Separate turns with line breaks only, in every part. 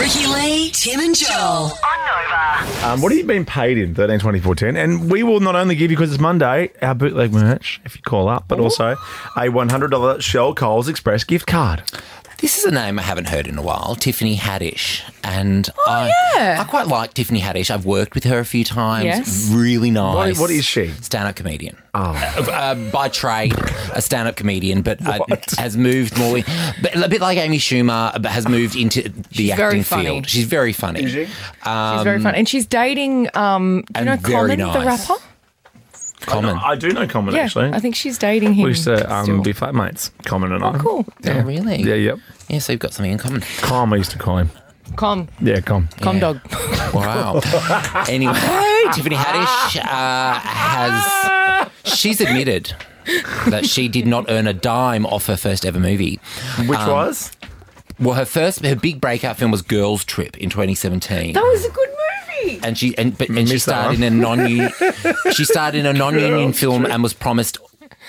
Mackey, Tim and Joel.
Um, what have you been paid in 13, 24, 10? And we will not only give you, because it's Monday, our bootleg merch, if you call up, but also a $100 Shell Coles Express gift card.
This is a name I haven't heard in a while, Tiffany Haddish, and
Oh,
I I quite like Tiffany Haddish. I've worked with her a few times.
Yes.
Really nice.
what is she?
Stand-up comedian. Oh. Uh, by trade, a stand-up comedian, but uh, has moved more, but a bit like Amy Schumer, uh, but has moved into the acting
very funny.
field. She's very funny. Is she?
She's very fun, and she's dating. Um, do
and
you know
very
Common, the
nice.
rapper.
Common.
I do know Common,
Yeah,
actually.
I think she's dating him.
we used to um,
still.
be flatmates, Common and I.
cool.
Oh, really?
Yeah, yep.
Yeah, so you've got something in common.
Com, I used to call him.
Com,
Yeah, Com.
com dog.
Wow. anyway, Tiffany Haddish uh, has she's admitted that she did not earn a dime off her first ever movie.
Which
Um,
was?
Well, her first her big breakout film was Girls Trip in 2017.
That was a good movie.
and she and but and she
Missed that
starred in a non she starred in a non-union film and was promised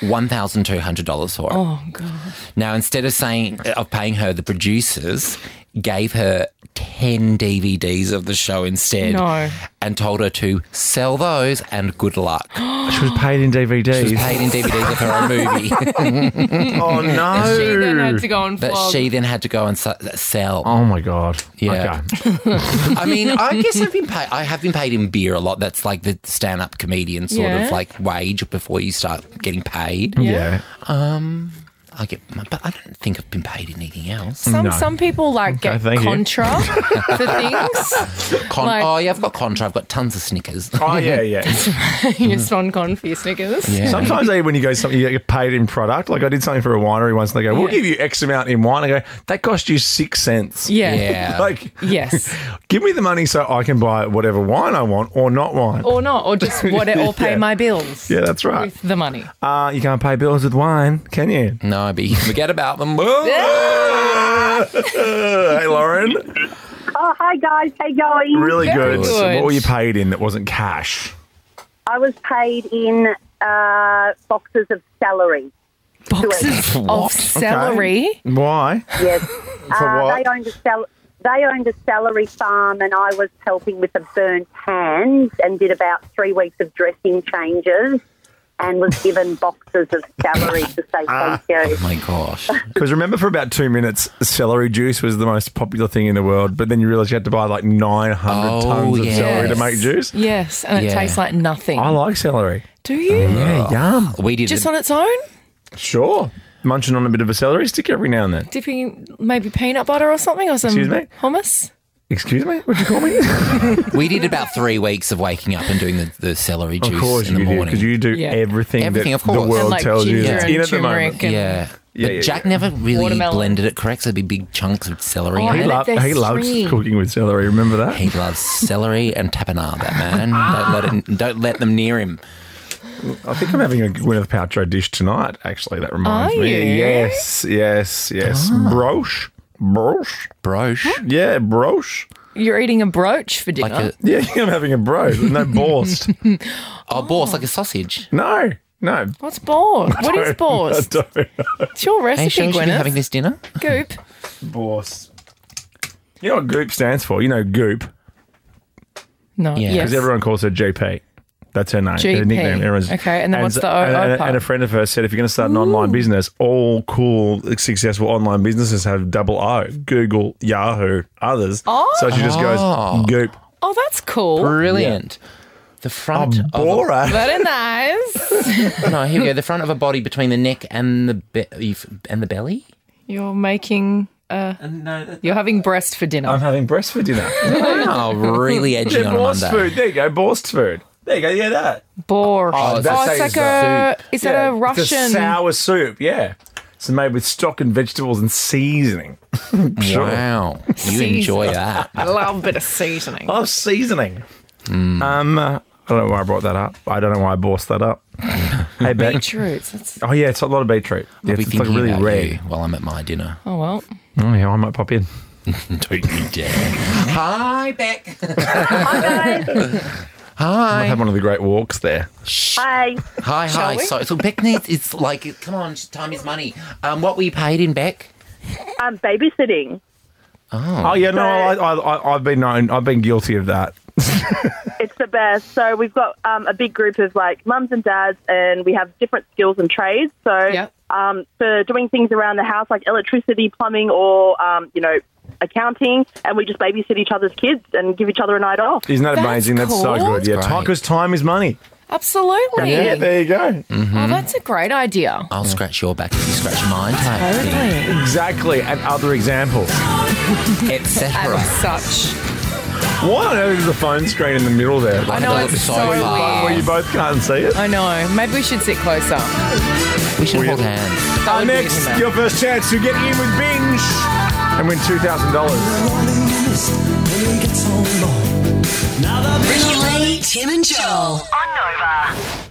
one thousand two hundred dollars for it.
Oh god.
Now, instead of saying of paying her, the producers gave her ten DVDs of the show instead,
No.
and told her to sell those and good luck.
She was paid in DVDs.
She was paid in DVDs of her own movie
Oh,
She then had
no.
to go and
that
flog.
she then had to go and s- sell.
Oh, my God.
Yeah.
Okay.
I mean, I guess I've been paid. I have been paid in beer a lot. That's like the stand-up comedian sort
Yeah.
of like wage before you start getting paid.
Yeah.
I get, but I don't think I've been paid in anything else.
Some
No.
some people like get
thank you.
contra for things.
Con-
Like-
oh yeah, I've got Contra. I've got tons of Snickers.
Oh, yeah, yeah.
You're non con for your Snickers.
Yeah.
Sometimes even when you go something you get paid in product. Like I did something for a winery once, and they go, "We'll
Yeah.
give you X amount in wine." I go, "That cost you six cents."
Yeah.
Yeah.
Like,
Yes.
give me the money so I can buy whatever wine I want or not wine.
Or not, or just what or pay
Yeah.
my bills
yeah, that's right.
with the money.
Uh, you can't pay bills with wine, can you?
No, but you forget about them.
hey, Lauren.
Oh, hi guys, how you going?
Really
Very
good.
good.
What were you paid in that wasn't cash?
I was paid in uh, boxes of celery.
Boxes of
What?
celery.
Okay. Why?
Yes,
For
uh,
what?
they owned a cel- they owned a celery farm, and I was helping with the burnt hands, and did about three weeks of dressing changes, and was given boxes of celery to say
Ah.
thank you.
Oh my gosh.
Because remember, for about two minutes, celery juice was the most popular thing in the world. But then you realised you had to buy like nine hundred
Oh,
tons of
yes.
celery to make juice.
Yes, and it
Yeah.
tastes like nothing.
I like celery.
Do you?
Yeah, yum.
We did
Just
the-
on its own,
Sure. Munching on a bit of a celery stick every now and then.
dipping maybe peanut butter or something, or some
Excuse me?
hummus.
Excuse me? What'd you call me?
we did about three weeks of waking up and doing the, the celery juice in the
you do,
morning.
because you do
Yeah.
everything,
Everything,
that
of course.
the world
And, like,
tells you
ginger
that's
and
in at the moment.
turmeric and-
yeah.
Yeah,
but
yeah,
Jack
yeah.
never really
Watermelon.
blended it correct, so it'd be big chunks of celery.
Oh,
He,
he,
I-
lo-
love
lo-
that
he loves
string.
cooking with celery. Remember that?
he loves celery and tapenade, that man. don't, let it, don't let them near him.
I think I'm having a Gwyneth Paltrow dish tonight, actually. That reminds
Are
me.
you?
Yes, yes, yes.
Ah.
Broche. Broche.
Broche.
Yeah, broche.
You're eating a brooch for dinner.
Like a,
Yeah, I'm having a broche. No borst.
oh, boss, like a sausage.
no, no.
What's bored? What is
I
bored?
don't know.
It's your
Are
recipe,
you sure you should be
Gwyneth.
having this dinner?
Goop.
Borst. You know what goop stands for? You know goop.
No.
Yeah.
Yes.
Because everyone calls her GP. That's her name.
GP.
Her nickname. Everyone's,
Okay, and then what's the O-
and, and-
O part?
and a friend of hers said, if you're going to start an online business, all cool, successful online businesses have double O. Google, Yahoo, others.
Oh.
So she just goes
Oh.
goop.
Oh, that's cool.
Brilliant. The front of
Bora.
Very nice.
a, no, here we go. The front of a body between the neck and the be- and the belly.
You're making. Uh, you're having breast for dinner.
I'm having breast for dinner.
Oh, really edgy
yeah,
on a
Borst
Monday.
food. There you go. Borst food. There you go. Yeah, that.
Bor. Oh,
that's
it's
a
like a. Is that
Yeah,
a
it's
Russian?
sour soup. Yeah. It's made with stock and vegetables and seasoning.
Wow, you enjoy that.
I love a bit of seasoning.
I love seasoning. Um, uh, I don't know why I brought that up. I don't know why I bossed that up. hey, Beck.
Beetroots. That's,
Oh yeah, it's a lot of beetroot. Yeah,
I'll be
it's like
thinking
really
about
rare.
you while I'm at my dinner.
oh well.
Oh yeah, I might pop in.
Don't you dare. Hi, Beck.
Hi guys,
I
Hi.
have one of the great walks there.
hey,
Hi, hi.
we?
So, so Beck needs, it's like, come on, time is money. Um, what were you paid in Beck?
I'm babysitting.
Oh, yeah, no, I, I, I, I've been known, I've been guilty of that.
It's the best. So we've got um, a big group of like mums and dads, and we have different skills and trades. So
Yeah.
um, for doing things around the house like electricity, plumbing, or um, you know accounting, and we just babysit each other's kids and give each other a night off.
Isn't that
That's
amazing? That's so
cool.
good. Yeah,
That's great.
because time is money.
Absolutely.
Yeah, there you go.
Mm-hmm.
Oh, that's a great idea.
I'll scratch your back if you scratch mine type thing,
Totally.
Exactly. And other examples.
And
etc.
such.
What on earth is the phone screen in the middle there?
I know
Develop
it's
so
so
far.
Well, you
weird.
both can't see it.
I know. Maybe we should sit closer. That
We should
Weird.
hold hands.
would be
next,
different.
your first chance to get in with Binge and win $2,000.
Ricky Lane, Tim and Joel.
On Nova.